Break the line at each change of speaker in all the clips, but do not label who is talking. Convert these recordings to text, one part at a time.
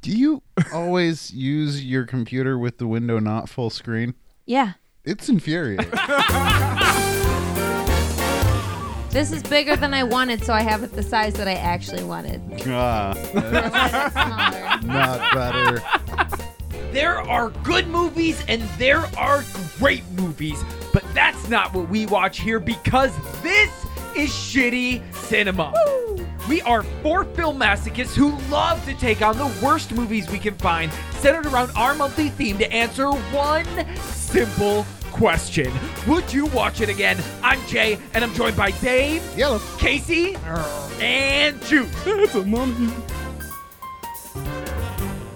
Do you always use your computer with the window not full screen?
Yeah.
It's infuriating.
This is bigger than I wanted, so I have it the size that I actually wanted.
ah, that's
Smaller.
not better.
There are good movies and there are great movies, but that's not what we watch here because this is shitty cinema. We are four film masochists who love to take on the worst movies we can find, centered around our monthly theme to answer one simple question Would you watch it again? I'm Jay, and I'm joined by Dave,
Yellow.
Casey, and Juice.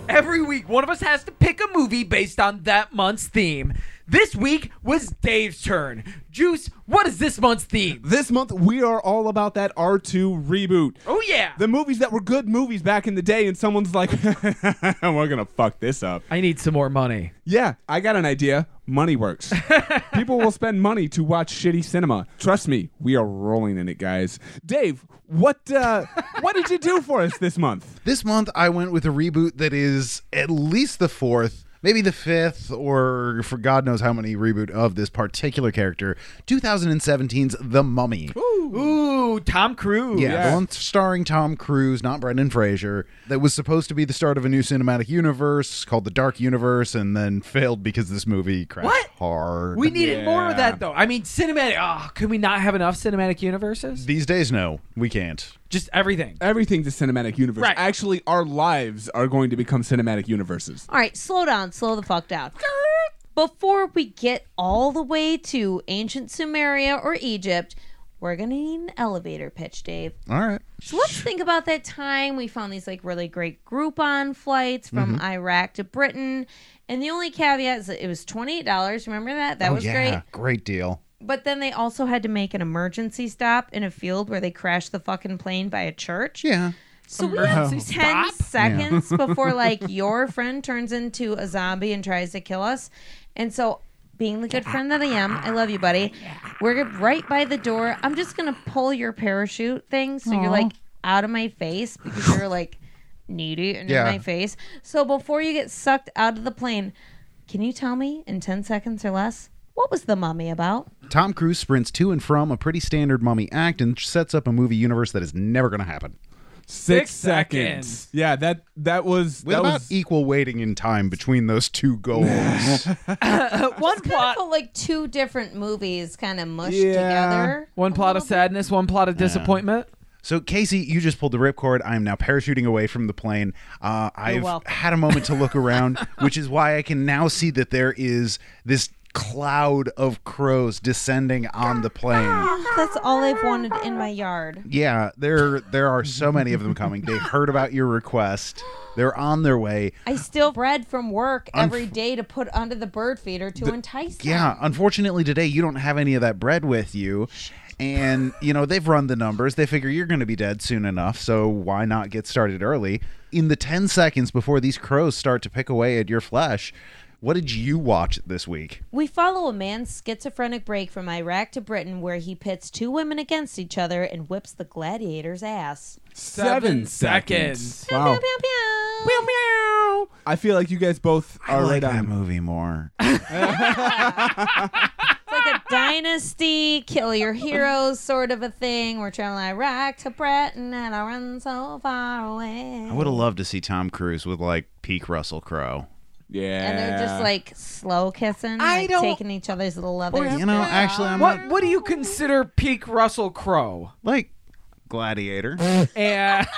Every week, one of us has to pick a movie based on that month's theme. This week was Dave's turn. Juice, what is this month's theme?
This month, we are all about that R2 reboot.
Oh, yeah.
The movies that were good movies back in the day, and someone's like, we're going to fuck this up.
I need some more money.
Yeah, I got an idea. Money works. People will spend money to watch shitty cinema. Trust me, we are rolling in it, guys. Dave, what uh, what did you do for us this month?
This month, I went with a reboot that is at least the fourth, maybe the fifth, or for God knows how many reboot of this particular character. 2017's The Mummy.
Ooh, Tom Cruise.
Yeah, the one starring Tom Cruise, not Brendan Fraser, that was supposed to be the start of a new cinematic universe called the Dark Universe, and then failed because this movie crashed
What?
hard.
We needed more of
Yeah.
that, though. I mean, cinematic. Oh, could we not have enough cinematic universes?
These days, no, we can't.
Just everything.
Everything's a cinematic universe.
Right.
Actually, our lives are going to become cinematic universes.
All right, slow down, slow the fuck down. Before we get all the way to ancient Sumeria or Egypt, we're gonna need an elevator pitch, Dave.
All right.
So let's think about that time we found these like really great Groupon flights from
Mm-hmm.
Iraq to Britain, and the only caveat is that it was twenty eight dollars. Remember that? That
oh,
was
yeah,
great.
deal.
But then they also had to make an emergency stop in a field where they crashed the fucking plane by a church.
Yeah.
So we have ten
Emergency stop?
seconds before like your friend turns into a zombie and tries to kill us. And so being the good friend that I am, I love you, buddy. We're right by the door. I'm just gonna pull your parachute thing so you're like out of my face because you're like needy and
Yeah.
in my face. So before you get sucked out of the plane, can you tell me in ten seconds or less what was the mummy about?
Tom Cruise sprints to and from a pretty standard mummy act and sets up a movie universe that is never going to happen.
Six,
seconds.
Yeah, that that was
With
that
about
was
equal waiting in time between those two goals.
But one plot.
Well, like two different movies kind of mushed
Yeah.
together.
One
a
plot of
little bit.
sadness, one plot of disappointment.
so, Casey, you just pulled the ripcord. I am now parachuting away from the plane. Uh, I've
welcome.
had a moment to look around, which is why I can now see that there is this cloud of crows descending on the plane.
That's all I've wanted in my yard.
Yeah, there there are so many of them coming. They heard about your request. They're on their way.
I still bread from work every day to put under the bird feeder to entice them.
Yeah, unfortunately today you don't have any of that bread with you. And you know, they've run the numbers. They figure you're going to be dead soon enough, so why not get started early? In the 10 seconds before these crows start to pick away at your flesh, what did you watch this week?
We follow a man's schizophrenic break from Iraq to Britain where he pits two women against each other and whips the gladiator's ass.
seven
seconds.
seconds.
Pew,
Wow.
pew, pew.
I feel like you guys both are right on.
movie more.
It's like a dynasty, kill your heroes sort of a thing. We're traveling Iraq to Britain and I run so far away.
I would have loved to see Tom Cruise with like peak Russell Crowe.
Yeah.
And they're just like slow kissing,
I
like
don't-
taking each other's little leathers.
You know, actually I'm
What
not-
what do you consider peak Russell Crowe?
like Gladiator.
And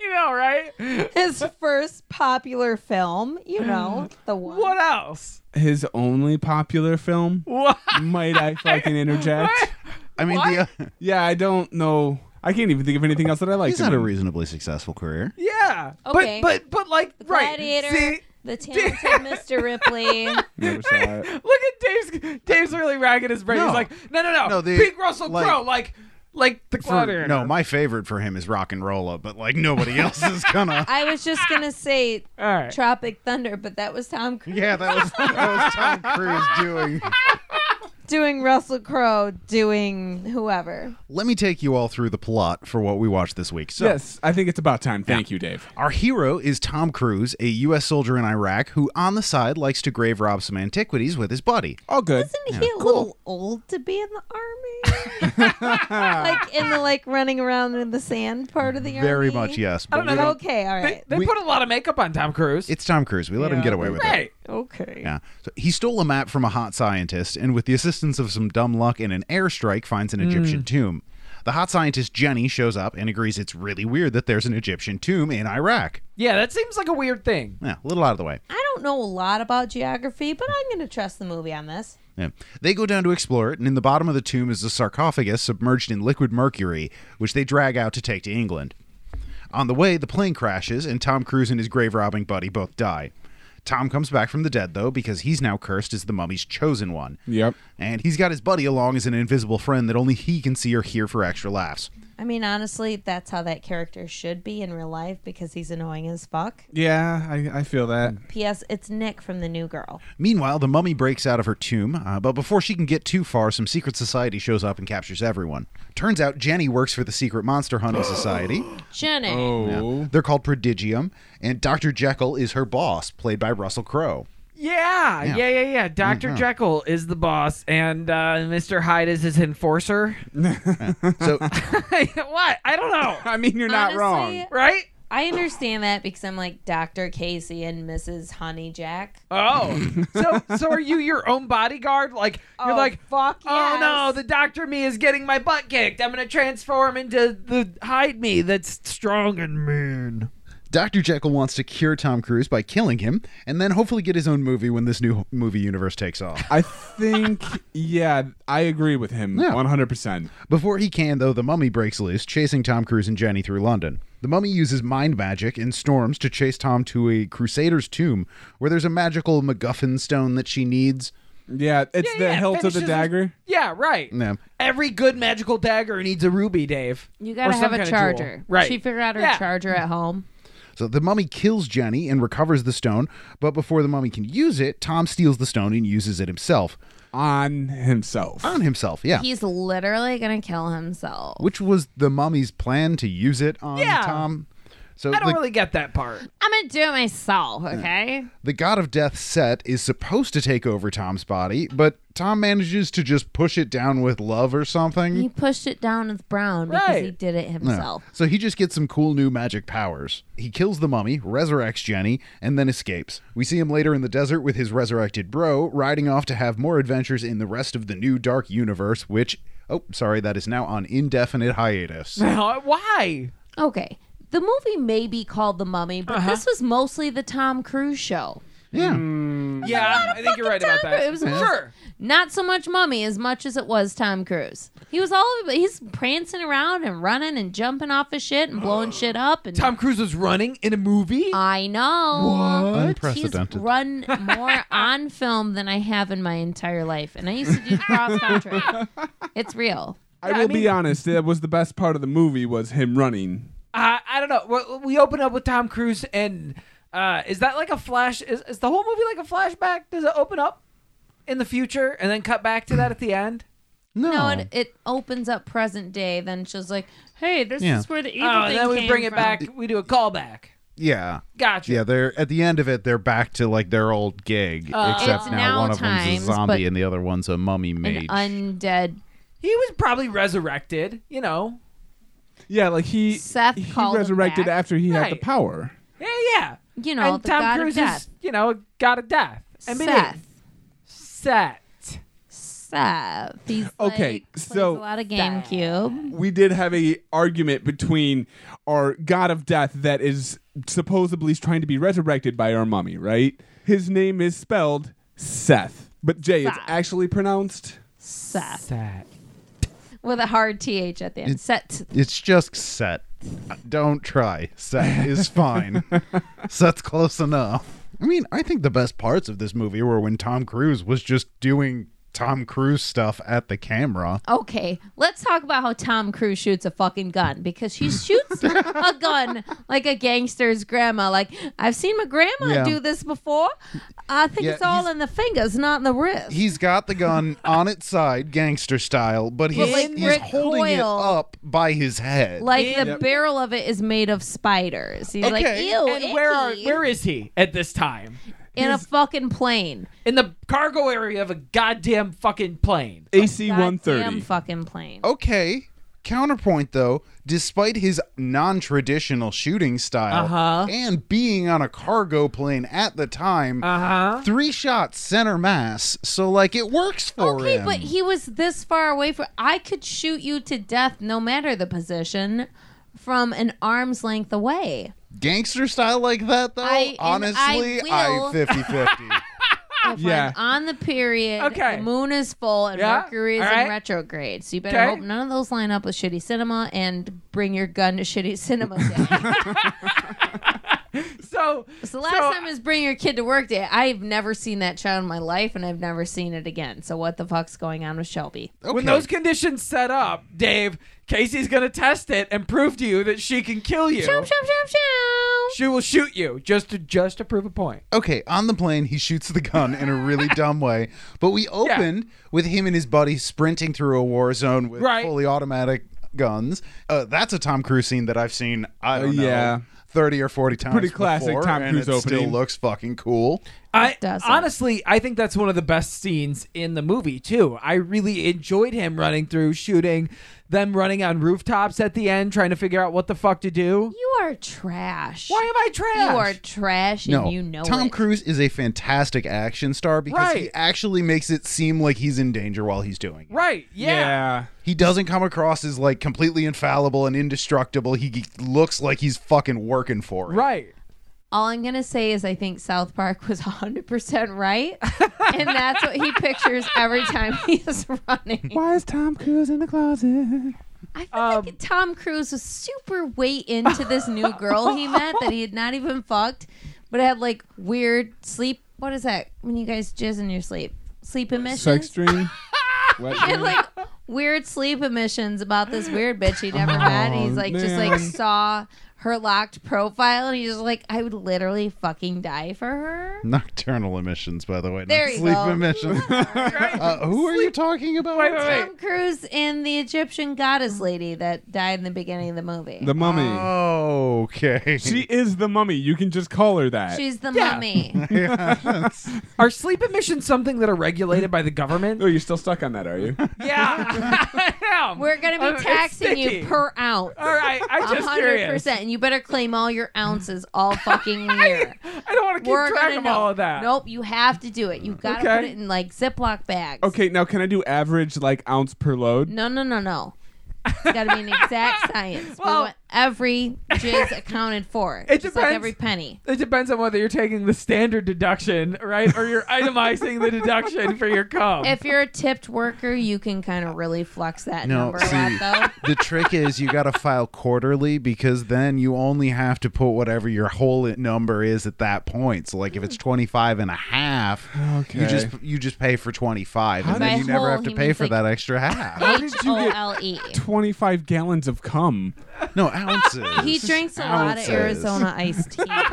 you know, right?
his first popular film, you know, the one.
What else?
his only popular film.
What?
Might I fucking interject?
I mean, the,
Yeah, I don't know. I can't even think of anything else that I like.
he's had a reasonably successful career.
Yeah.
Okay.
But but but like right.
Gladiator,
See,
The Talented Mr. Ripley.
Never saw it.
look at Dave's Dave's really ragging his brain.
No.
He's like, no, no, no.
No, the-
peak Russell
like-
Crowe, like like the
For-
Gladiator.
no, my favorite for him is rock and rolla, but like nobody else is gonna.
I was just going to say
All right.
Tropic Thunder, but that was Tom Cruise.
yeah, that was that was Tom Cruise doing.
doing Russell Crowe, doing whoever.
Let me take you all through the plot for what we watched this week. So,
Yes, I think it's about time. Thank you, Dave.
Our hero is Tom Cruise, a U.S. soldier in Iraq who, on the side, likes to grave rob some antiquities with his buddy.
All good.
Isn't he a little old to be in the army? like in the like running around in the sand part of the army.
Very much yes. But
I don't
we
know.
don't-
Okay, all
They,
right.
they
We-
put a lot of makeup on Tom Cruise.
It's Tom Cruise. We let him
Yeah.
get away with it.
right.
Okay.
Yeah. So he stole a map from a hot scientist and, with the assistance of some dumb luck and an airstrike, finds an Egyptian tomb. The hot scientist Jenny shows up and agrees it's really weird that there's an Egyptian tomb in Iraq.
Yeah, that seems like a weird thing.
Yeah, a little out of the way.
I don't know a lot about geography, but I'm going to trust the movie on this.
Yeah. They go down to explore it, and in the bottom of the tomb is a sarcophagus submerged in liquid mercury, which they drag out to take to England. On the way, the plane crashes, and Tom Cruise and his grave robbing buddy both die. Tom comes back from the dead, though, because he's now cursed as the mummy's chosen one.
Yep.
And he's got his buddy along as an invisible friend that only he can see or hear for extra laughs.
I mean, honestly, that's how that character should be in real life because he's annoying as fuck.
Yeah, I, I feel that.
P.S. It's Nick from The New Girl.
Meanwhile, the mummy breaks out of her tomb, uh, but before she can get too far, some secret society shows up and captures everyone. Turns out Jenny works for the secret monster hunting society.
Jenny.
Oh.
They're called Prodigium, and Dr. Jekyll is her boss, played by Russell Crowe.
Yeah,
Yeah. Mm-hmm.
yeah, yeah, yeah. doctor Jekyll is the boss, and uh, Mr. Hyde is his enforcer.
So
what? I don't know.
I mean, you're not wrong.
Right?
I understand that because I'm like Dr. Casey and Mrs. Honey Jack.
Oh, so so are you your own bodyguard? Like you're
Oh,
like,
fuck
oh no,
yes."
the doctor me is getting my butt kicked. I'm gonna transform into the hide me that's strong and mean.
Dr. Jekyll wants to cure Tom Cruise by killing him, and then hopefully get his own movie when this new movie universe takes off.
I think, yeah, I agree with him
Yeah.
100%.
Before he can, though, the mummy breaks loose, chasing Tom Cruise and Jenny through London. The mummy uses mind magic and storms to chase Tom to a crusader's tomb where there's a magical MacGuffin stone that she needs.
Yeah, it's
Yeah,
the
yeah,
hilt of
finishes
the
his-
dagger.
Yeah, right.
Yeah.
Every good magical dagger needs a ruby, Dave.
You
Or
gotta
some
have
kind
a
of jewel.
charger.
Right.
She figured out her
Yeah.
charger at home.
So the mummy kills Jenny and recovers the stone, but before the mummy can use it, Tom steals the stone and uses it himself.
On himself.
On himself, yeah.
He's literally gonna kill himself.
which was the mummy's plan to use it on
Yeah.
Tom. So
I don't
the,
really get that part.
I'm gonna do it myself,
Mm.
okay?
the god of death Set is supposed to take over Tom's body, but Tom manages to just push it down with love or
He
something.
pushed it down with Brown because
Right.
he did it
No.
himself.
So he just gets some cool new magic powers. He kills the mummy, resurrects Jenny, and then escapes. We see him later in the desert with his resurrected bro, riding off to have more adventures in the rest of the new dark universe, which, oh, sorry, that is now on indefinite hiatus.
Why?
Okay. The movie may be called The Mummy, but
Uh-huh.
this was mostly the Tom Cruise show.
yeah.
Mm.
Yeah, I think you're right about
Tom
that.
Cruise. It was-
sure.
Not so much Mummy as much as it was Tom Cruise. He was all he's prancing around and running and jumping off of shit and blowing shit up and
Tom Cruise was running in a movie.
I know.
Unprecedented.
He's run more on film than I have in my entire life, and I used to do cross country. it's real.
I will be honest, that was the best part of the movie was him running.
Uh, I don't know. Well, We open up with Tom Cruise, and uh, is that like a flash? Is, is the whole movie like a flashback? Does it open up in the future and then cut back to that at the end?
No, it, it opens up present day. Then she's like, "Hey, this
Yeah.
is where the evil
Oh,
thing
and then we
came
bring it
from."
back. We do a callback.
Yeah.
Gotcha.
Yeah, they're at the end of it. They're back to like their old gig, except
Uh, It's
now,
now
one of them's
times,
a zombie
but-
and the other one's a mummy
An
mage.
undead.
He was probably resurrected. You know.
Yeah, like he
Seth
he
called him
resurrected
back.
after he had
Right.
the power.
Yeah, yeah.
You know,
and
the
Tom
god
Cruise
of death.
is you know god of death. I mean,
Seth.
Seth.
Seth. He's
Okay,
like, plays
so-
a lot of GameCube.
We did have a argument between our god of death that is supposedly trying to be resurrected by our mummy, right? His name is spelled Seth. But Jay, it's
Seth.
actually pronounced
Seth
Seth.
with a hard th at the end. Seth.
it's just set. Don't try. Set is fine. Set's close enough. I mean, I think the best parts of this movie were when Tom Cruise was just doing Tom Cruise stuff at the camera.
Okay, let's talk about how Tom Cruise shoots a fucking gun because he shoots a gun like a gangster's grandma. Like I've seen my grandma
Yeah.
do this before. I think
Yeah,
it's all
he's-
in the fingers, not in the wrist.
He's got the gun on its side, gangster style, but he's,
like
he's
Rick
holding
Coyle.
it up by his head.
like the
Yep.
barrel of it is made of spiders. He's like,
Okay.
ew,
and where are
icky,"
where is he at this time?
in a fucking plane?
In the cargo area of a goddamn fucking plane.
AC
Oh, Goddamn
130.
fucking plane.
Oh, okay. Counterpoint though, despite his non traditional shooting style
Uh-huh.
and being on a cargo plane at the time,
Uh-huh.
Uh huh.
three shots center mass, so like it works for
Okay,
him.
but he was this far away from. I could shoot you to death, no matter the position, from an arm's length away.
Gangster style like that though,
I- and
honestly,
I
I
will-
50 50.
If
Yeah.
I'm on the period,
Okay.
the moon is full and
Yeah,
Mercury is
all right.
in retrograde. So you better
Okay.
hope none of those line up with shitty cinema and bring your gun to shitty cinema day.
So
so last
So-
time is bring your kid to work day. I've never seen that child in my life and I've never seen it again. So what the fuck's going on with Shelby?
when
Okay.
those conditions set up, Dave, Casey's gonna test it and prove to you that she can kill you.
Chomp, chomp, chomp, chomp.
She will shoot you just to just to prove a point.
Okay, on the plane, he shoots the gun in a really dumb way. But we opened with him and his buddy sprinting through a war zone with
Right.
fully automatic guns. Uh, that's a Tom Cruise scene that I've seen. I don't
Uh, yeah.
know. 30 or 40 times
Pretty classic
before,
Tom
and
Cruise
it still
opening.
looks fucking cool
I
doesn't.
honestly, I think that's one of the best scenes in the movie too. I really enjoyed him running through, shooting, them running on rooftops at the end, trying to figure out what the fuck to do.
You are trash.
Why am I trash?
You are trash and
no
you know
tom
it.
cruise is a fantastic action star because
Right.
he actually makes it seem like he's in danger while he's doing it
right. Yeah.
he doesn't come across as like completely infallible and indestructible he g- looks like he's fucking working for it
Right.
All I'm going to say is I think South Park was 100% right. and that's what he pictures every time he is running.
Why is Tom Cruise in the closet?
I feel
Um,
like Tom Cruise was super way into this new girl he met that he had not even fucked, but had like weird sleep. What is that? When you guys jizz in your sleep, sleep
Sex
emissions.
dream. Wet
And
dream?
like weird sleep emissions about this weird bitch he never met. And he's like just like
Oh, man.
saw her locked profile, and he's just like, I would literally fucking die for her.
Nocturnal emissions, by the way.
There
not
you
sleep
go.
emissions. uh, who are you talking about?
Wait, wait, wait.
Tom Cruise and the Egyptian goddess lady that died in the beginning of the movie.
The mummy.
Oh, okay.
she is the mummy. You can just call her that.
She's the
Yeah.
mummy.
Are sleep emissions something that are regulated by the government?
oh, you're still stuck on that, are you?
yeah. I am.
We're gonna be
Oh, it's
taxing
sticky.
you per ounce.
All right. I'm just
hundred
curious.
percent. And you better claim all your ounces all fucking year.
I don't want to keep
We're
track
gonna
of
know.
all of that.
Nope, you have to do it. You gotta
Okay.
put it in like Ziploc bags.
Okay, now can I do average like ounce per load?
No, no, no, no. It's gotta be an exact science.
Well-
we want every jizz accounted for.
It
just like
depends.
every penny.
It depends on whether you're taking the standard deduction, right, or you're itemizing the deduction for your cum.
If you're a tipped worker, you can kind of really flex that
No,
number a
see.
lot, though.
the trick is you got to file quarterly because then you only have to put whatever your whole number is at that point. So like if
Hmm.
it's 25 and a half, you
Okay.
just you just pay for 25 and
did-
then
By
you never
whole,
have to
he
pay
means,
for
like-
that extra half.
How
H
did you
O
get-
L E.
25 gallons of cum.
no, ounces.
He drinks a lot of
Ounces.
Arizona iced tea.
That's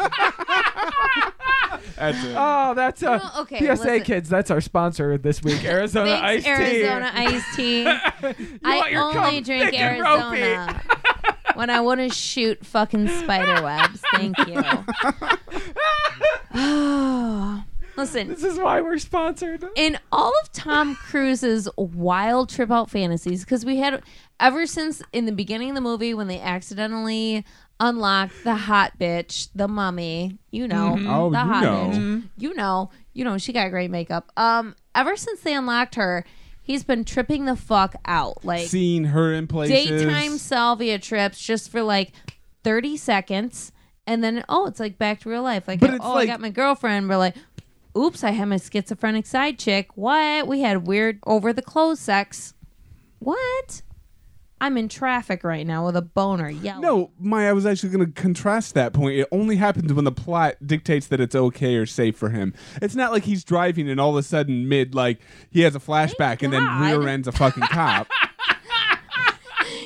it.
oh, that's a
Well, okay,
PSA,
listen.
kids. That's our sponsor this week, Arizona
Thanks,
Ice
Arizona iced tea.
tea. You want
I
your cum
only drink
thick and ropey.
Arizona when I want to shoot fucking spider webs. Thank you. Listen,
This is why we're sponsored.
in all of Tom Cruise's wild trip out fantasies, because we had ever since in the beginning of the movie when they accidentally unlocked the hot bitch, the mummy, you know,
Oh,
the
you
hot
know.
bitch, you know, you know, she got great makeup. Um, ever since they unlocked her, he's been tripping the fuck out, like
Seeing her in places.
daytime salvia trips just for like 30 seconds and then oh it's like back to real life like
But it's
oh
like-
i got my girlfriend we're like oops i had my schizophrenic side chick what we had weird over the clothes sex what
I'm in traffic right now with a boner. Yelling.
No, Maya, I was actually going to contrast that point. It only happens when the plot dictates that it's okay or safe for him. It's not like he's driving and all of a sudden, mid, like, he has a flashback and then
God.
rear ends a fucking cop.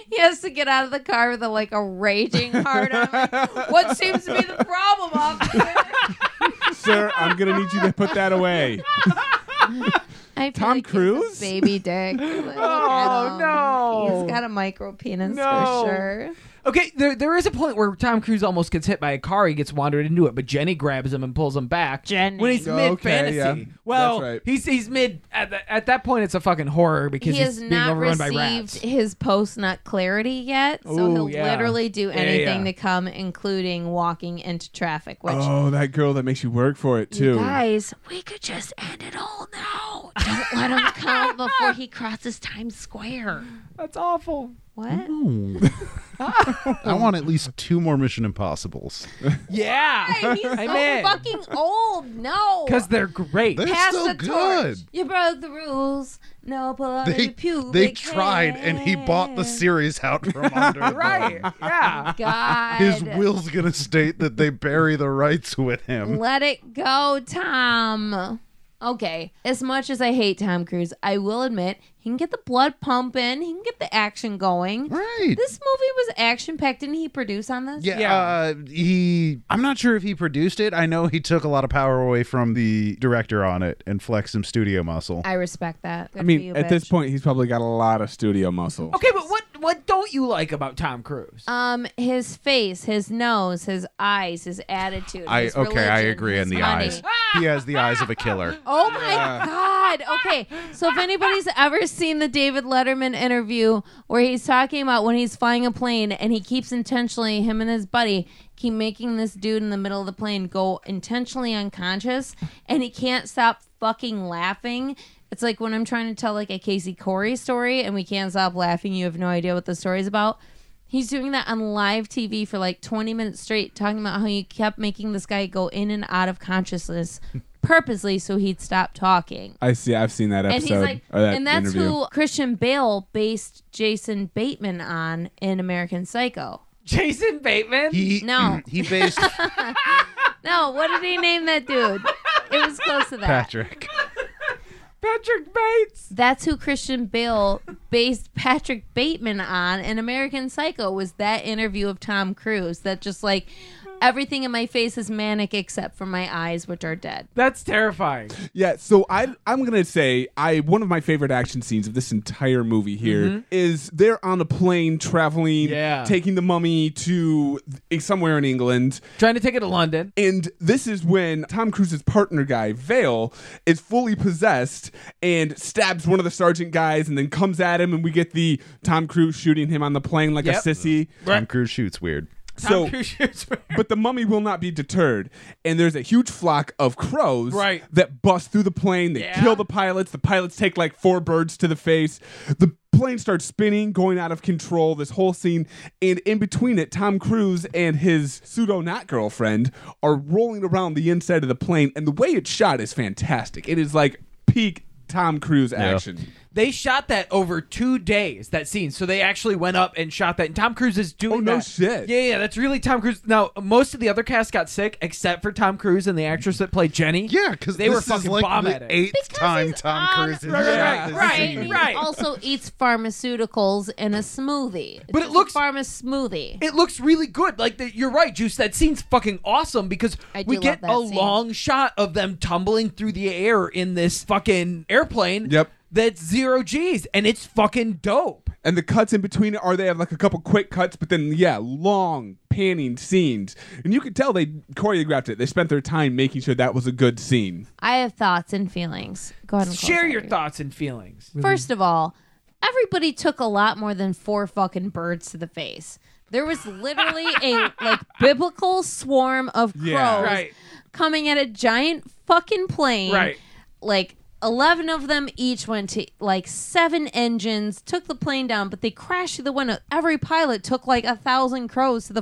He has to get out of the car with a, like a raging heart. I'm like, what seems to be the problem, officer?
Sir, I'm going to need you to put that away.
I feel
Tom
like it's a
Cruise?
baby dick. Like,
Oh,
um,
no.
He's got a micro penis
No.
for sure.
Okay, there, there is a point where Tom Cruise almost gets hit by a car. He gets wandered into it, but Jenny grabs him and pulls him back.
Jenny.
when he's
Oh,
mid
okay,
fantasy.
yeah.
Well,
That's right.
he's he's mid at, the, at that point. It's a fucking horror because
He
he's
has
being
not
overrun by
received
rats.
his post nut clarity yet, so
Ooh,
he'll
yeah.
literally do
Yeah, yeah,
anything
yeah.
to come, including walking into traffic. Which
Oh, that girl that makes you work for it, too.
guys, we could just end it all now. Don't let him come before he crosses Times Square.
That's awful.
What?
I want at least two more Mission Impossibles.
Yeah,
He's so
I'm in.
fucking old. No,
because they're great.
They're
Pass
still
the
good.
torch. You broke the rules. No blood.
They,
pubic
they tried, and he bought the
hair.
series out from under them.
right? Yeah.
God.
His will's gonna state that they bury the rights with him.
Let it go, Tom. Okay. As much as I hate Tom Cruise, I will admit he can get the blood pumping. He can get the action going.
Right.
This movie was action packed. Didn't he produce on this?
Yeah,
Yeah.
Uh, he. I'm not sure if he produced it. I know he took a lot of power away from the director on it and flexed some studio muscle.
I respect that.
I mean, at this point, he's probably got a lot of studio muscle.
Okay, but what what don't you like about Tom Cruise?
Um, his face, his nose, his eyes, his attitude.
I
his
okay, I
religion,
agree
his
on the
money.
eyes. He has the eyes of a killer.
Oh my God. Okay. So, if anybody's ever seen the David Letterman interview where he's talking about when he's flying a plane and he keeps intentionally, him and his buddy keep making this dude in the middle of the plane go intentionally unconscious and he can't stop fucking laughing. It's like when I'm trying to tell like a Casey Corey story and we can't stop laughing. You have no idea what the story's about. He's doing that on live TV for like 20 minutes straight, talking about how he kept making this guy go in and out of consciousness purposely so he'd stop talking.
I see. I've seen that
And
episode.
he's like,
or that
and that's
interview.
who Christian Bale based Jason Bateman on in American Psycho.
Jason Bateman.
He
No.
He based
No, what did he name that dude? It was close to that.
Patrick.
Patrick Bates.
That's who Christian Bale based Patrick Bateman on in American Psycho was that interview of Tom Cruise that just like everything in my face is manic except for my eyes which are dead.
That's terrifying.
Yeah, so I I'm gonna say I one of my favorite action scenes of this entire movie here is they're on a plane traveling,
Mm-hmm. Yeah.
taking the mummy to th- somewhere in England,
Trying to take it to London.
and this is when Tom Cruise's partner guy Vale is fully possessed and stabs one of the sergeant guys, and then comes at him, and we get the Tom Cruise shooting him on the plane like
Yep.
a sissy.
Tom Cruise shoots weird.
so
Tom Cruise shoots for-
but the mummy will not be deterred. And there's a huge flock of crows
Right.
that bust through the plane. They
Yeah.
kill the pilots. The pilots take like four birds to the face. The plane starts spinning, going out of control. This whole scene. And in between it, Tom Cruise and his pseudo not girlfriend are rolling around the inside of the plane. And the way it's shot is fantastic. It is like peak Tom Cruise action.
They shot that over two days, that scene. So they actually went up and shot that. And Tom Cruise is doing
Oh, no
that.
shit.
Yeah, yeah, that's really Tom Cruise. Now, most of the other cast got sick except for Tom Cruise and the actress that played Jenny.
Yeah, because
they were
this is
fucking
like
bomb
the
at it.
eighth
Because
time
he's
Tom
on-
Cruise. has
Right, right,
shot
right,
this
right,
scene.
And he
right.
also eats pharmaceuticals in a smoothie. It's
But it
just
looks-
a pharma smoothie.
It looks really good. Like the, you're right, Juice. That scene's fucking awesome because
I do
we
love
get
that
a
scene.
long shot of them tumbling through the air in this fucking airplane.
Yep.
That's zero G's, and it's fucking dope.
And the cuts in between are they have like a couple quick cuts, but then yeah, long panning scenes. And you could tell they choreographed it. They spent their time making sure that was a good scene.
I have thoughts and feelings. Go ahead and close
Share
that
your
here.
thoughts and feelings.
Mm-hmm.
First of all, everybody took a lot more than four fucking birds to the face. There was literally a like biblical swarm of crows
Yeah.
Right.
coming at a giant fucking plane.
Right.
Like 11 of them each went to like seven engines, took the plane down, but they crashed through the window. Every pilot took like a thousand crows to the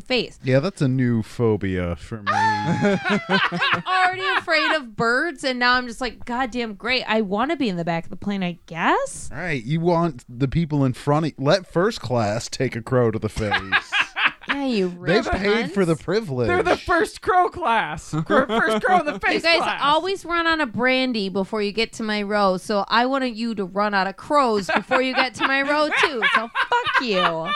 face.
Yeah, that's a new phobia for me.
Already afraid of birds, and now I'm just like, goddamn great. I want to be in the back of the plane, I guess.
All right, you want the people in front of let first class take a crow to the face.
Yeah, you
they
rich
paid for the
cunts.
privilege.
They're the first crow class. Gr- first crow in the face
You guys
class.
always run out of brandy before you get to my row, so I wanted you to run out of crows before you get to my row too. So fuck you.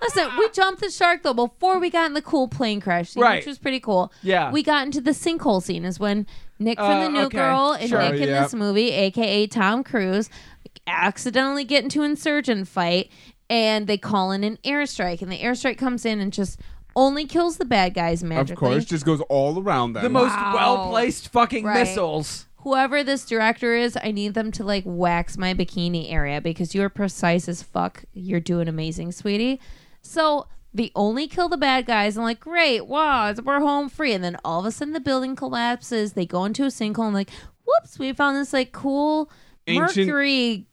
Listen, we jumped the shark though before we got in the cool plane crash scene,
Right.
which was pretty cool.
Yeah.
We got into the sinkhole scene is when Nick from
Uh,
the New
okay.
Girl and
Sure.
Nick in
Yeah.
this movie, aka Tom Cruise, accidentally get into insurgent fight and they call in an airstrike and the airstrike comes in and just only kills the bad guys magically.
Of course, just goes all around them.
the most
Wow.
well placed fucking
Right.
missiles.
whoever this director is, I need them to like wax my bikini area because you are precise as fuck. You're doing amazing, sweetie. So the only kill the bad guys. I'm like, great, wow, we're home free. And then all of a sudden, the building collapses. They go into a sinkhole. and like, whoops, we found this like cool
Ancient-
mercury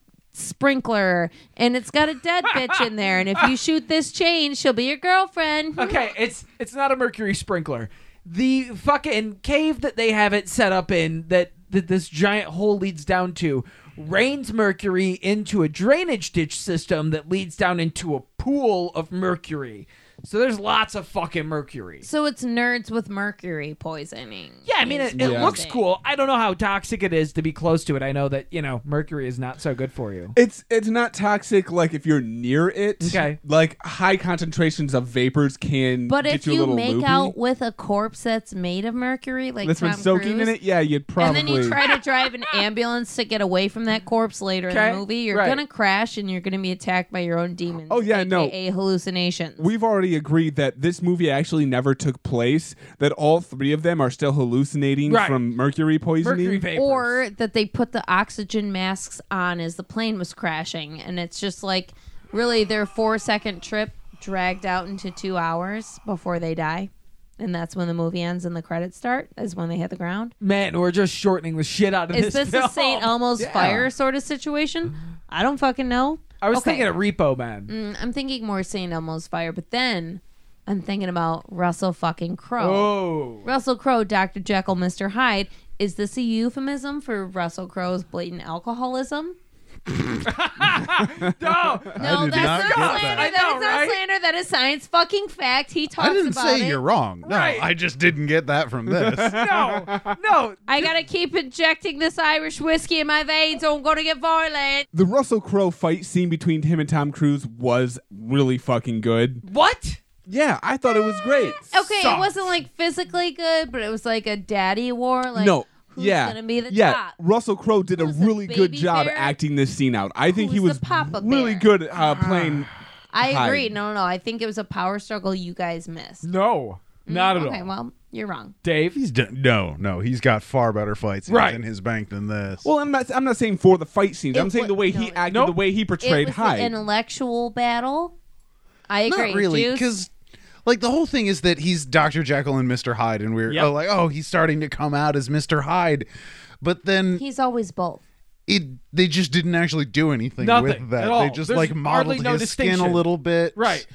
sprinkler, and it's got a dead bitch in there. And if you shoot this chain, she'll be your girlfriend.
Okay, it's it's not a mercury sprinkler. The fucking cave that they have it set up in that, that this giant hole leads down to rains mercury into a drainage ditch system that leads down into a pool of mercury. So there's lots of fucking mercury.
So it's nerds with mercury poisoning.
Yeah, I mean,
is
it, it
what
Yeah.
looks
I'm saying.
cool. I don't know how toxic it is to be close to it. I know that, you know, mercury is not so good for you.
It's it's not toxic like if you're near it.
Okay.
Like high concentrations of vapors can
But
get
if
you, a
you
little
make
loopy.
out with a corpse that's made of mercury, like
that's
Tom
been soaking
Cruise,
in it, yeah, you'd
and
probably
then you try to drive an ambulance to get away from that corpse later in
Okay,
the movie, you're
right.
gonna crash and you're gonna be attacked by your own demons.
Oh, yeah, no.
aka hallucinations.
We've already agreed that this movie actually never took place, that all three of them are still hallucinating
Right.
from mercury poisoning.
Mercury vapors.
or that they put the oxygen masks on as the plane was crashing, and it's just like really their four second trip dragged out into two hours before they die, and that's when the movie ends and the credits start is when they hit the ground.
Man, we're just shortening the shit out of
Is this
film.
a St. Elmo's
Yeah.
fire sort of situation? I don't fucking know.
I was
Okay.
thinking of Repo Man.
Mm, I'm thinking more St. Elmo's fire, but then I'm thinking about Russell fucking Crowe.
Oh.
Russell Crowe, Dr. Jekyll, Mr. Hyde. Is this a euphemism for Russell Crowe's blatant alcoholism?
No.
No,
did
that's
not
not
get
slander.
that.
I
That is
know,
not
right?
slander. That is science fucking fact. He talks
I didn't
about
say
it.
you're wrong. No,
Right.
I just didn't get that from this.
No. No.
I gotta keep injecting this Irish whiskey in my veins, or I'm gonna get violent.
The Russell Crowe fight scene between him and Tom Cruise was really fucking good.
What?
Yeah, I thought it was great.
Okay,
Sucked.
it wasn't like physically good, but it was like a daddy war. Like,
no.
who's
yeah.
gonna be the
yeah.
top?
Russell Crowe did
Who's
a
the
really good
baby
job
bear?
acting this scene out. I think he
Who's the
was
papa
really
bear? Uh-huh.
good uh, playing.
I
Hyde.
agree. No, no, no. I think it was a power struggle you guys missed.
No. Not at
Mm, okay,
all.
well, you're wrong.
Dave.
He's done, no, no. He's got far better fights
Right.
in his bank than this.
Well, I'm not. I'm not saying for the fight scenes.
It
I'm saying
wa-
the way
no,
he
it-
acted,
Nope.
the way he
It
portrayed
was
Hyde.
an intellectual battle. I agree.
not really,
Juice.
because like the whole thing is that he's Dr. Jekyll and Mr. Hyde, and we're
Yep.
oh, like, oh, he's starting to come out as Mr. Hyde, but then
he's always both.
it they just didn't actually do anything
Nothing
with that.
at all.
They just
There's
like
hardly
modeled
no
his skin a
distinction.
little bit,
Right.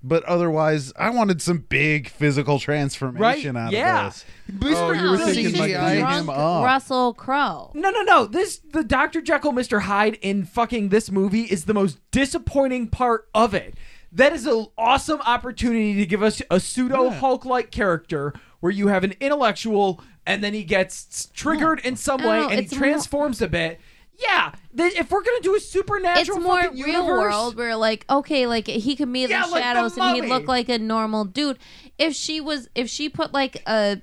But otherwise, I wanted some big physical transformation out
yeah.
of this.
Oh, you were
No,
thinking
he's
like
just
the-
CGI him
drunk
up.
Russell Crowe.
No, no, no. This the Dr. Jekyll Mr. Hyde in fucking this movie is the most disappointing part of it. That is an awesome opportunity to give us a pseudo Hulk like character where you have an intellectual and then he gets triggered in some
No,
way
no,
and he
Oh, it's more-
transforms a bit. Yeah, th- if we're gonna do a
It's
supernatural
more real
fucking universe,
world where, like, okay, like he could be in
Yeah,
the
like the
shadows and he'd
mummy.
look like a normal dude. If she was, if she put like a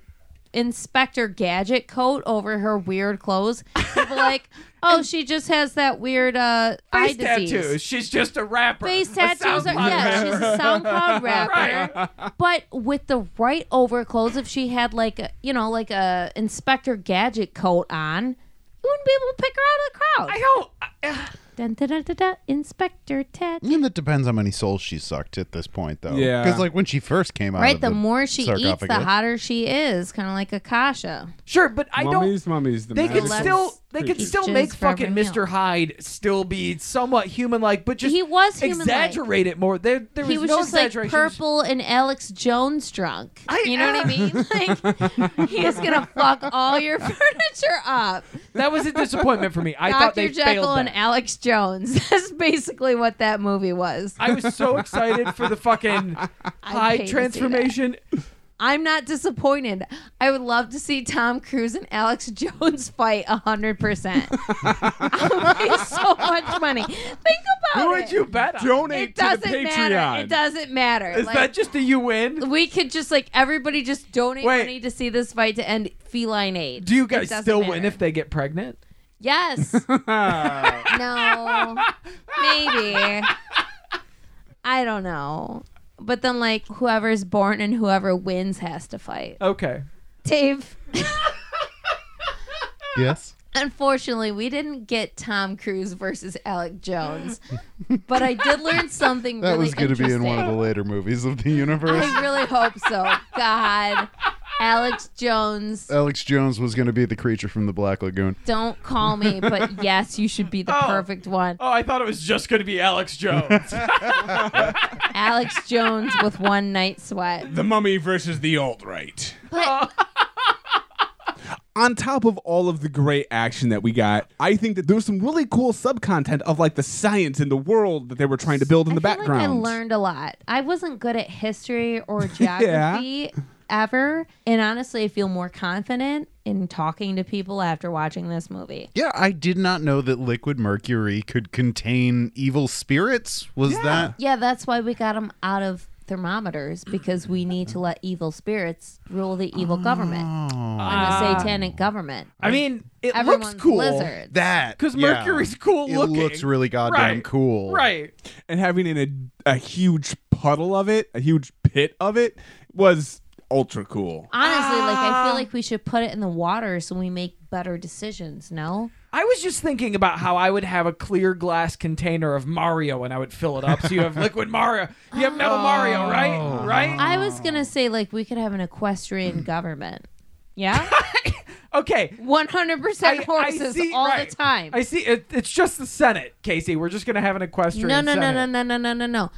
Inspector Gadget coat over her weird clothes, people like, oh, she just has that weird uh, eye
face
disease.
tattoos. She's just a rapper.
Face
A
tattoos are
SoundCloud
yeah, she's
rapper.
a SoundCloud rapper. But with the right overclothes, if she had like a you know, like a inspector gadget coat on, you wouldn't be able to pick her out of the
I
crowd.
don't. I-
Dun, dun, dun, dun, dun, inspector Ted.
I mean, that depends how many souls she sucked at this point, though.
Yeah.
because like when she first came out,
Right,
of
the, more she eats, the
sarcophagus-
hotter she is, kinda like Akasha.
sure, but I don't.
mummies, mummies. The
They could
Let's-
magic-
still They could
Creatures.
still make
Just for
fucking
everything
Mr.
else.
Hyde still be somewhat human-like, but just
He was human-like.
exaggerate it more. There, there
he was
no
just like
exaggeration. It was
purple and Alex Jones drunk.
I-
you know what I mean? Like he was gonna fuck all your furniture up.
That was a disappointment for me. I thought they
Dr. Jekyll
failed
and
that.
Alex Jones. That's basically what that movie was.
I was so excited for the fucking
pay
high
to see
transformation.
I'm not disappointed. I would love to see Tom Cruise and Alex Jones fight hundred percent. I'll pay so much money. Think about
Who
it.
would you bet on?
Donate
it
to the
doesn't
Patreon.
matter. It doesn't matter.
Is
Like,
that just a you win?
we could just like everybody just donate
Wait.
money to see this fight to end feline aid.
Do you
It
guys
doesn't
still win
matter.
if they get pregnant?
Yes. no. Maybe. I don't know. But then, like, whoever's born and whoever wins has to fight.
Okay.
Dave,
Yes.
unfortunately, we didn't get Tom Cruise versus Alec Jones, but I did learn something
That
really
was going to be in one of the
interesting.
later movies of the universe.
I really hope so. God. Alex Jones,
Alex Jones was going to be the creature from the Black Lagoon.
don't call me, but yes, you should be the
Oh.
perfect one.
Oh, I thought it was just going to be Alex Jones.
Alex Jones with one night sweat.
The mummy versus the alt right.
Oh.
But
on top of all of the great action that we got, I think that there was some really cool sub content of like the science and the world that they were trying to build in the
I feel
background.
Like I learned a lot. I wasn't good at history or geography ever, and honestly, I feel more confident in talking to people after watching this movie.
Yeah, I did not know that liquid mercury could contain evil spirits. Was that
Yeah, that's why we got them out of thermometers because we need to let evil spirits rule the evil government and
Ah.
the satanic government.
I mean, it
Everyone's
looks cool.
lizards.
that?
Because
yeah.
Mercury's cool
It
looking.
looks really goddamn
Right.
cool.
Right.
and having in a, a huge puddle of it, a huge pit of it, was ultra cool.
Honestly, like I
Ah.
feel like we should put it in the water so we make better decisions. No,
I was just thinking about how I would have a clear glass container of Mario and I would fill it up. So you have liquid Mario. You have metal
Oh.
Mario, right? Right?
I was gonna say like we could have an equestrian government. Yeah.
Okay.
One hundred
I-
percent
I
horses
see-
all
right.
the time.
I see. It, it's just the Senate, Casey. We're just going to have an equestrian
no, no, no,
Senate.
no, no, no, no, no, no.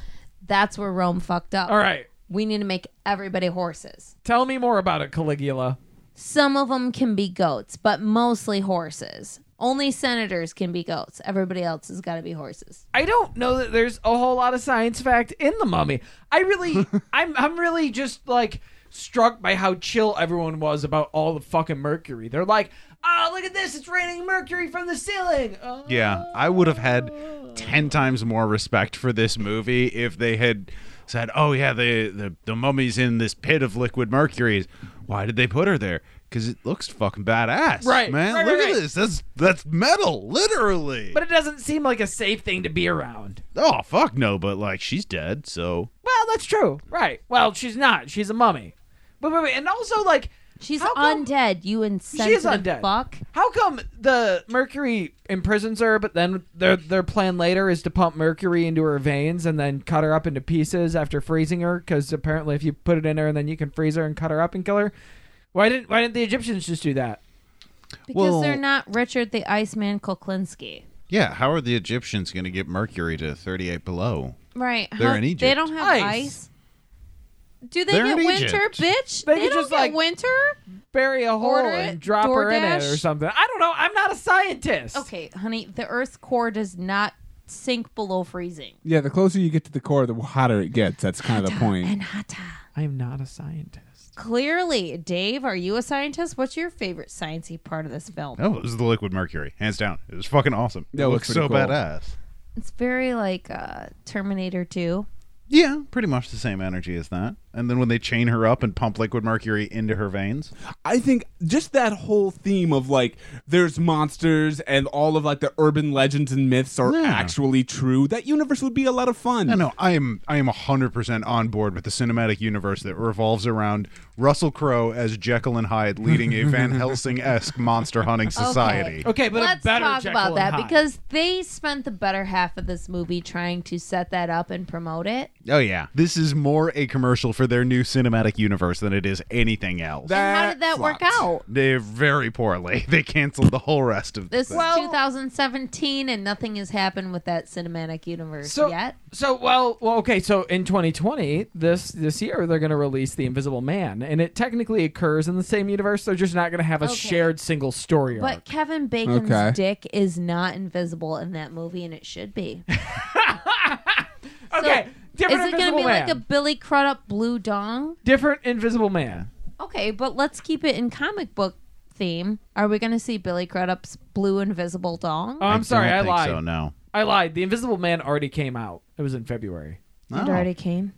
That's where Rome fucked up.
All right.
we need to make everybody horses.
Tell me more about it, Caligula.
Some of them can be goats, but mostly horses. Only senators can be goats. Everybody else has got to be horses.
I don't know that there's a whole lot of science fact in the mummy. I really I'm I'm really just like struck by how chill everyone was about all the fucking mercury. They're like, "Oh, look at this. It's raining mercury from the ceiling." Oh.
Yeah, I would have had 10 times more respect for this movie if they had said, "Oh yeah, the the, the mummy's in this pit of liquid mercury. Why did they put her there?" Cuz it looks fucking badass.
Right,
Man,
right,
look
right,
at
right.
this. That's that's metal, literally.
But it doesn't seem like a safe thing to be around.
oh, fuck no, but like she's dead, so
Well, that's true. Right. Well, she's not. She's a mummy. But wait, wait, and also like
She's
How come-
undead. You insensitive
undead.
fuck.
How come the mercury imprisons her, but then their their plan later is to pump mercury into her veins and then cut her up into pieces after freezing her? Because apparently, if you put it in her, then you can freeze her and cut her up and kill her. Why didn't Why didn't the Egyptians just do that?
Because
Well-
they're not Richard the Iceman Kuklinski.
yeah, how are the Egyptians going to get mercury to 38 below?
Right.
They're
Huh?
in Egypt.
They don't have
Ice.
ice. Do they
They're
get
in
winter,
Egypt.
bitch?
They
They,
could
don't
just,
get
like-
winter?
Bury a hole
Order
and
it,
drop her in it
DoorDash?
or something. I don't know. I'm not a scientist.
Okay, honey, the Earth's core does not sink below freezing.
Yeah, the closer you get to the core, the hotter it gets. That's kind of the point.
And hata.
I'm not a scientist.
Clearly, Dave, are you a scientist? What's your favorite sciencey part of this film?
Oh, it was the liquid mercury, hands down. It was fucking awesome.
That
it
was
looks
pretty
so
cool.
badass.
It's very like uh, Terminator 2.
Yeah, pretty much the same energy as that. And then when they chain her up and pump liquid mercury into her veins,
I think just that whole theme of like there's monsters and all of like the urban legends and myths are
Yeah.
actually true. That universe would be a lot of fun.
no, no, I am I am hundred percent on board with the cinematic universe that revolves around Russell Crowe as Jekyll and Hyde leading a Van Helsing esque monster hunting society.
Okay, but
Let's
a better
talk
Jekyll
about
and
that
Hyde.
because they spent the better half of this movie trying to set that up and promote it.
Oh yeah, this is more a commercial for their new cinematic universe than it is anything else.
That-
How did that
flopped.
work out?
They're very poorly. They canceled the whole rest of
This
thing.
is 2017, and nothing has happened with that cinematic universe
So,
yet.
so well, well, okay. So in 2020, this this year, they're going to release the Invisible Man, and it technically occurs in the same universe. They're just not going to have a
Okay.
shared single story arc.
But Kevin Bacon's
Okay.
dick is not invisible in that movie, and it should be. so,
okay, different
is it going to
Invisible
be
Man.
like a Billy Crudup blue dong?
different Invisible Man?
Okay, but let's keep it in comic book theme. Are we going to see Billy Crudup's blue invisible dong?
Oh, I'm sorry,
don't
I
think
lied.
So no,
I lied. The Invisible Man already came out. It was in February.
It already came.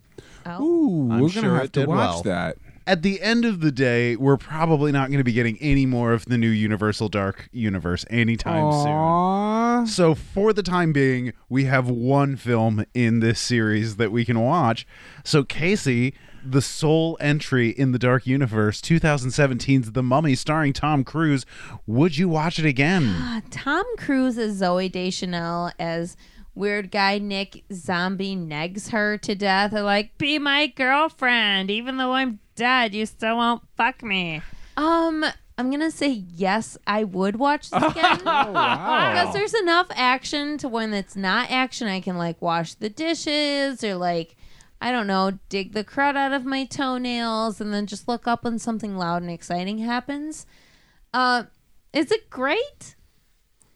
Ooh,
I'm
we're
sure
gonna have
it
to
did
watch
well.
that.
at the end of the day, we're probably not going to be getting any more of the new Universal Dark Universe anytime soon.
Aww.
So, for the time being, we have one film in this series that we can watch. So, Casey, the sole entry in the Dark Universe, 2017's The Mummy, starring Tom Cruise, would you watch it again?
Uh, Tom Cruise as Zoe Deschanel as weird guy Nick Zombie negs her to death. They're like, "Be my girlfriend, even though I'm dead, you still won't fuck me." Um, I'm gonna say yes, I would watch this again because there's enough action to when it's not action. I can like wash the dishes or like. I don't know, dig the crud out of my toenails and then just look up when something loud and exciting happens. Uh, is it great?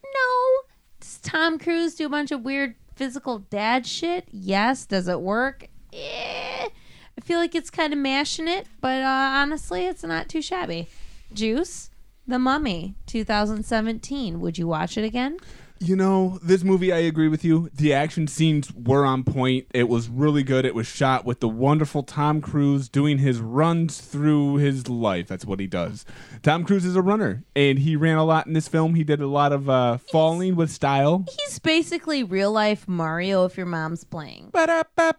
No. Does Tom Cruise do a bunch of weird physical dad shit? Yes. Does it work? Eh. I feel like it's kind of mashing it, but uh, honestly, it's not too shabby. Juice, The Mummy, 2017. Would you watch it again?
You know, this movie, I agree with you. The action scenes were on point. It was really good. It was shot with the wonderful Tom Cruise doing his runs through his life. That's what he does. Tom Cruise is a runner, and he ran a lot in this film. He did a lot of uh, falling with style.
He's basically real life Mario if your mom's playing.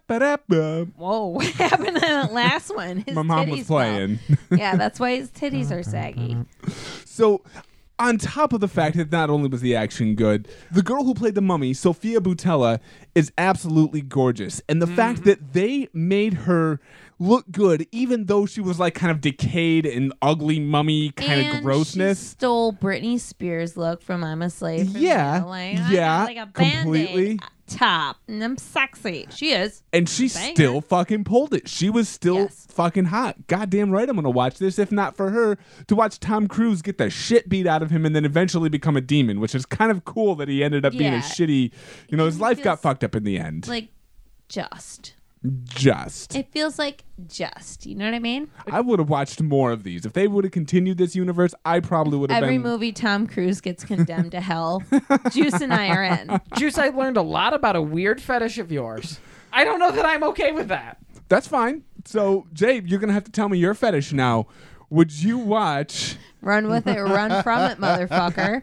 Ba-da-ba-ba-da-ba.
Whoa, what happened in that last one? His
My mom
titties
was
fell.
playing.
yeah, that's why his titties are saggy.
So, on top of the fact that not only was the action good, the girl who played the mummy, Sophia Butella, is absolutely gorgeous. And the fact
Mm-hmm.
that they made her look good, even though she was like kind of decayed and ugly mummy kind
And
of
She
grossness.
stole Britney Spears' look from "I'm a Slave." for
Yeah,
Sale. Like, I
yeah,
got, like a Band-Aid
completely.
top, and I'm sexy. She is.
And she
Banger.
still fucking pulled it. She was still
Yes.
fucking hot. Goddamn right, I'm gonna watch this. If not for her, to watch Tom Cruise get the shit beat out of him and then eventually become a demon, which is kind of cool that he ended up being a
Yeah.
shitty. You know, his
He
life got
feels
fucked up in the end.
Like, just.
Just.
It feels like just. You know what I mean?
I would have watched more of these. If they would have continued this universe, I probably would have
Every
been.
movie Tom Cruise gets condemned to hell. Juice and I are in.
Juice, I learned a lot about a weird fetish of yours. I don't know that I'm okay with that.
That's fine. So, Jabe, you're gonna have to tell me your fetish now. Would you watch?
Run with it, run from it, motherfucker.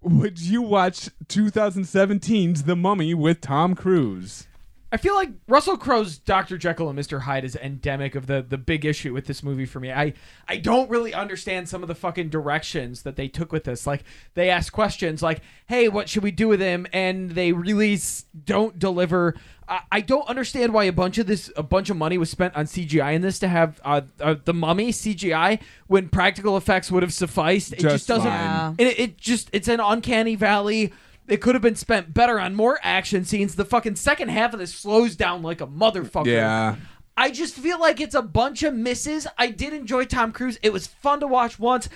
Would you watch 2017's The Mummy with Tom Cruise?
I feel like Russell Crowe's Dr. Jekyll and Mr. Hyde is endemic of the the big issue with this movie for me. I I don't really understand some of the fucking directions that they took with this. Like they ask questions like, "Hey, what should we do with him?" and they really s- don't deliver. I, I don't understand why a bunch of this a bunch of money was spent on CGI in this to have uh, uh, the mummy CGI when practical effects would have sufficed. It just,
Just
doesn't
fine.
Yeah.
and it, it just it's an uncanny valley. It could have been spent better on more action scenes. The fucking second half of this slows down like a motherfucker.
Yeah.
I just feel like it's a bunch of misses. I did enjoy Tom Cruise. It was fun to watch once.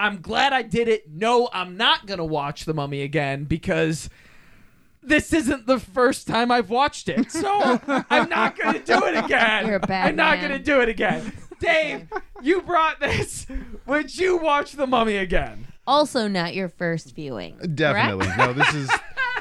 I'm glad I did it. No, I'm not gonna watch The Mummy again because this isn't the first time I've watched it. So I'm not gonna do it again.
You're a bad
I'm not
man.
gonna do it again. Dave, you brought this. Would you watch The Mummy again?
Also, not your first viewing.
Uh,
correct?
Definitely. No, this is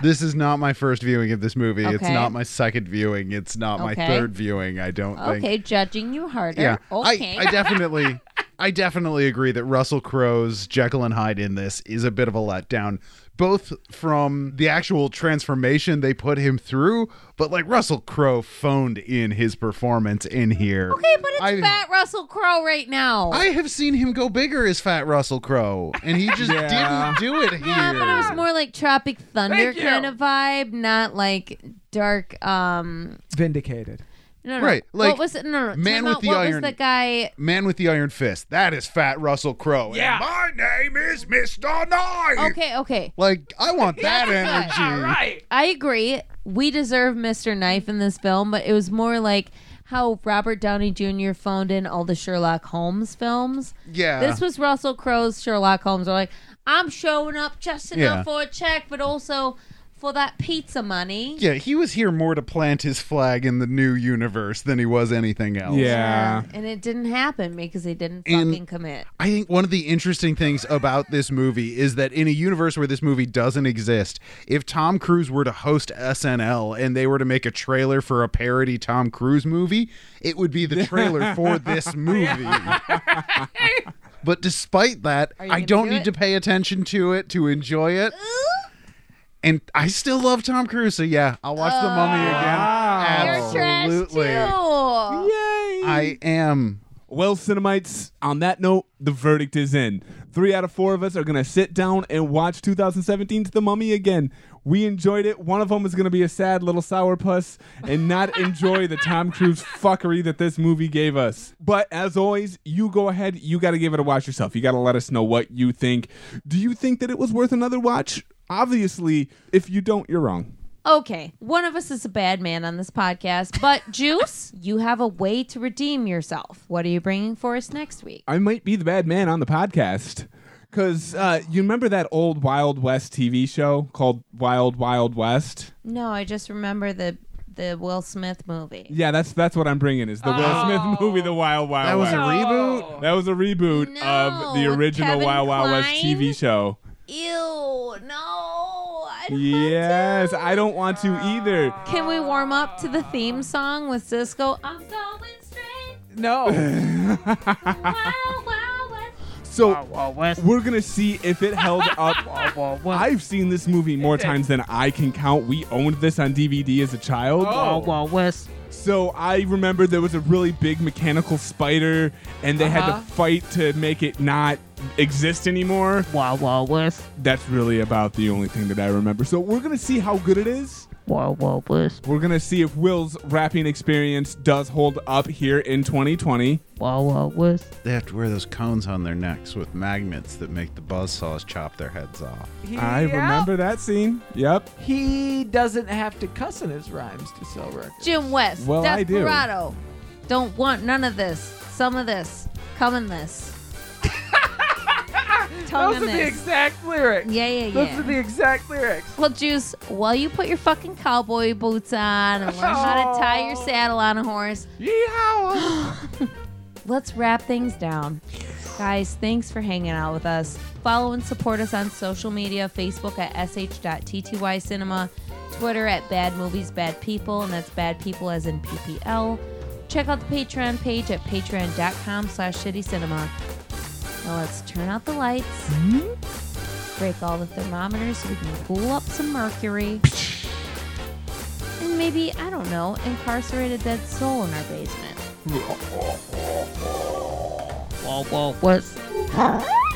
this is not my first viewing of this movie. It's
Okay.
not my second viewing. It's not my
Okay.
third viewing. I don't think.
Okay, judging you harder.
Yeah.
Okay.
I, I definitely I definitely agree that Russell Crowe's Jekyll and Hyde in this is a bit of a letdown, both from the actual transformation they put him through, but like Russell Crowe phoned in his performance in here.
Okay, but it's
I-
Fat Russell Crowe right now.
I have seen him go bigger as fat Russell Crowe, and he just
Yeah.
didn't do it here.
Yeah, but it was more like Tropic Thunder
Thank you.
kind of vibe, not like dark. Um,
Vindicated.
No, no.
Right, like,
Like, what was it? No, no.
Man
time
with
out.
the
what
Iron-
was the guy?
Man with the Iron Fist. That is Fat Russell Crowe.
Yeah.
And my name is Mr. Knife.
Okay, okay.
Like, I want that
Oh. That's
energy.
All right.
I agree. We deserve Mr. Knife in this film, but it was more like how Robert Downey Jr. phoned in all the Sherlock Holmes films.
Yeah.
This was Russell Crowe's Sherlock Holmes. We're like, I'm showing up just enough
Yeah.
for a check, but also for that pizza money.
yeah, he was here more to plant his flag in the new universe than he was anything else.
Yeah.
And it didn't happen because they didn't
And-
fucking commit.
I think one of the interesting things about this movie is that in a universe where this movie doesn't exist, if Tom Cruise were to host SNL and they were to make a trailer for a parody Tom Cruise movie, it would be the trailer for this movie. but despite that,
you
I
gonna
don't
do
need
it?
to pay attention to it to enjoy it. And I still love Tom Cruise, so yeah, I'll watch The Mummy
Wow.
again. Absolutely.
You're trash too.
Ah. Yay.
I am
Well, Cinemites, on that note, the verdict is in. Three out of four of us are going to sit down and watch 2017's The Mummy again. We enjoyed it. One of them is going to be a sad little sourpuss and not enjoy the Tom Cruise fuckery that this movie gave us. But as always, you go ahead. You got to give it a watch yourself. You got to let us know what you think. Do you think that it was worth another watch? Obviously, if you don't, you're wrong.
Okay, one of us is a bad man on this podcast, but Juice, you have a way to redeem yourself. What are you bringing for us next week?
I might be the bad man on the podcast. Because uh, you remember that old Wild West TV show called Wild Wild West?
No, I just remember the the Will Smith movie.
Yeah, that's that's what I'm bringing is the
Oh.
Will Smith movie, The Wild Wild
That was
West.
a reboot.
that was a reboot
No,
of the
with
original
Kevin
Wild Wild West
Kline?
TV show.
Ew, no. I don't
Yes,
want to.
I don't want to
Ah.
either.
Can we warm up to the theme song with Cisco? I'm going straight.
No.
Wow, wow, wow.
So
Wild West.
we're gonna see if it held up.
Wild Wild West.
I've seen this movie more times than I can count. We owned this on DVD as a child.
Oh.
Wild Wild West.
So I remember there was a really big mechanical spider, and they had
Uh-huh.
to fight to make it not exist anymore.
Wild Wild West.
That's really about the only thing that I remember. So we're gonna see how good it is.
Wild Wild West.
We're gonna see if Will's rapping experience does hold up here in 2020.
Wild Wild West.
They have to wear those cones on their necks with magnets that make the buzzsaws chop their heads off.
I remember that scene. Yep.
He doesn't have to cuss in his rhymes to sell records.
Jim West,
Well, I do.
Desperado. Don't want none of this. Some of this. Coming this. Tongue
Those
in
are the
this.
exact lyrics.
yeah, yeah,
Those
yeah.
are the exact lyrics.
Well, Juice, while you put your fucking cowboy boots on and learn how to tie your saddle on a horse,
Yeehaw!
let's wrap things down. Guys, thanks for hanging out with us. Follow and support us on social media Facebook at sh.tty cinema, Twitter at bad movies bad people, and that's bad people as in PPL. Check out the Patreon page at patreon.com slash shitty cinema. Now let's turn out the lights, break all the thermometers so we can cool up some mercury, and maybe, I don't know, incarcerate a dead soul in our basement.
Wild Wild
What's.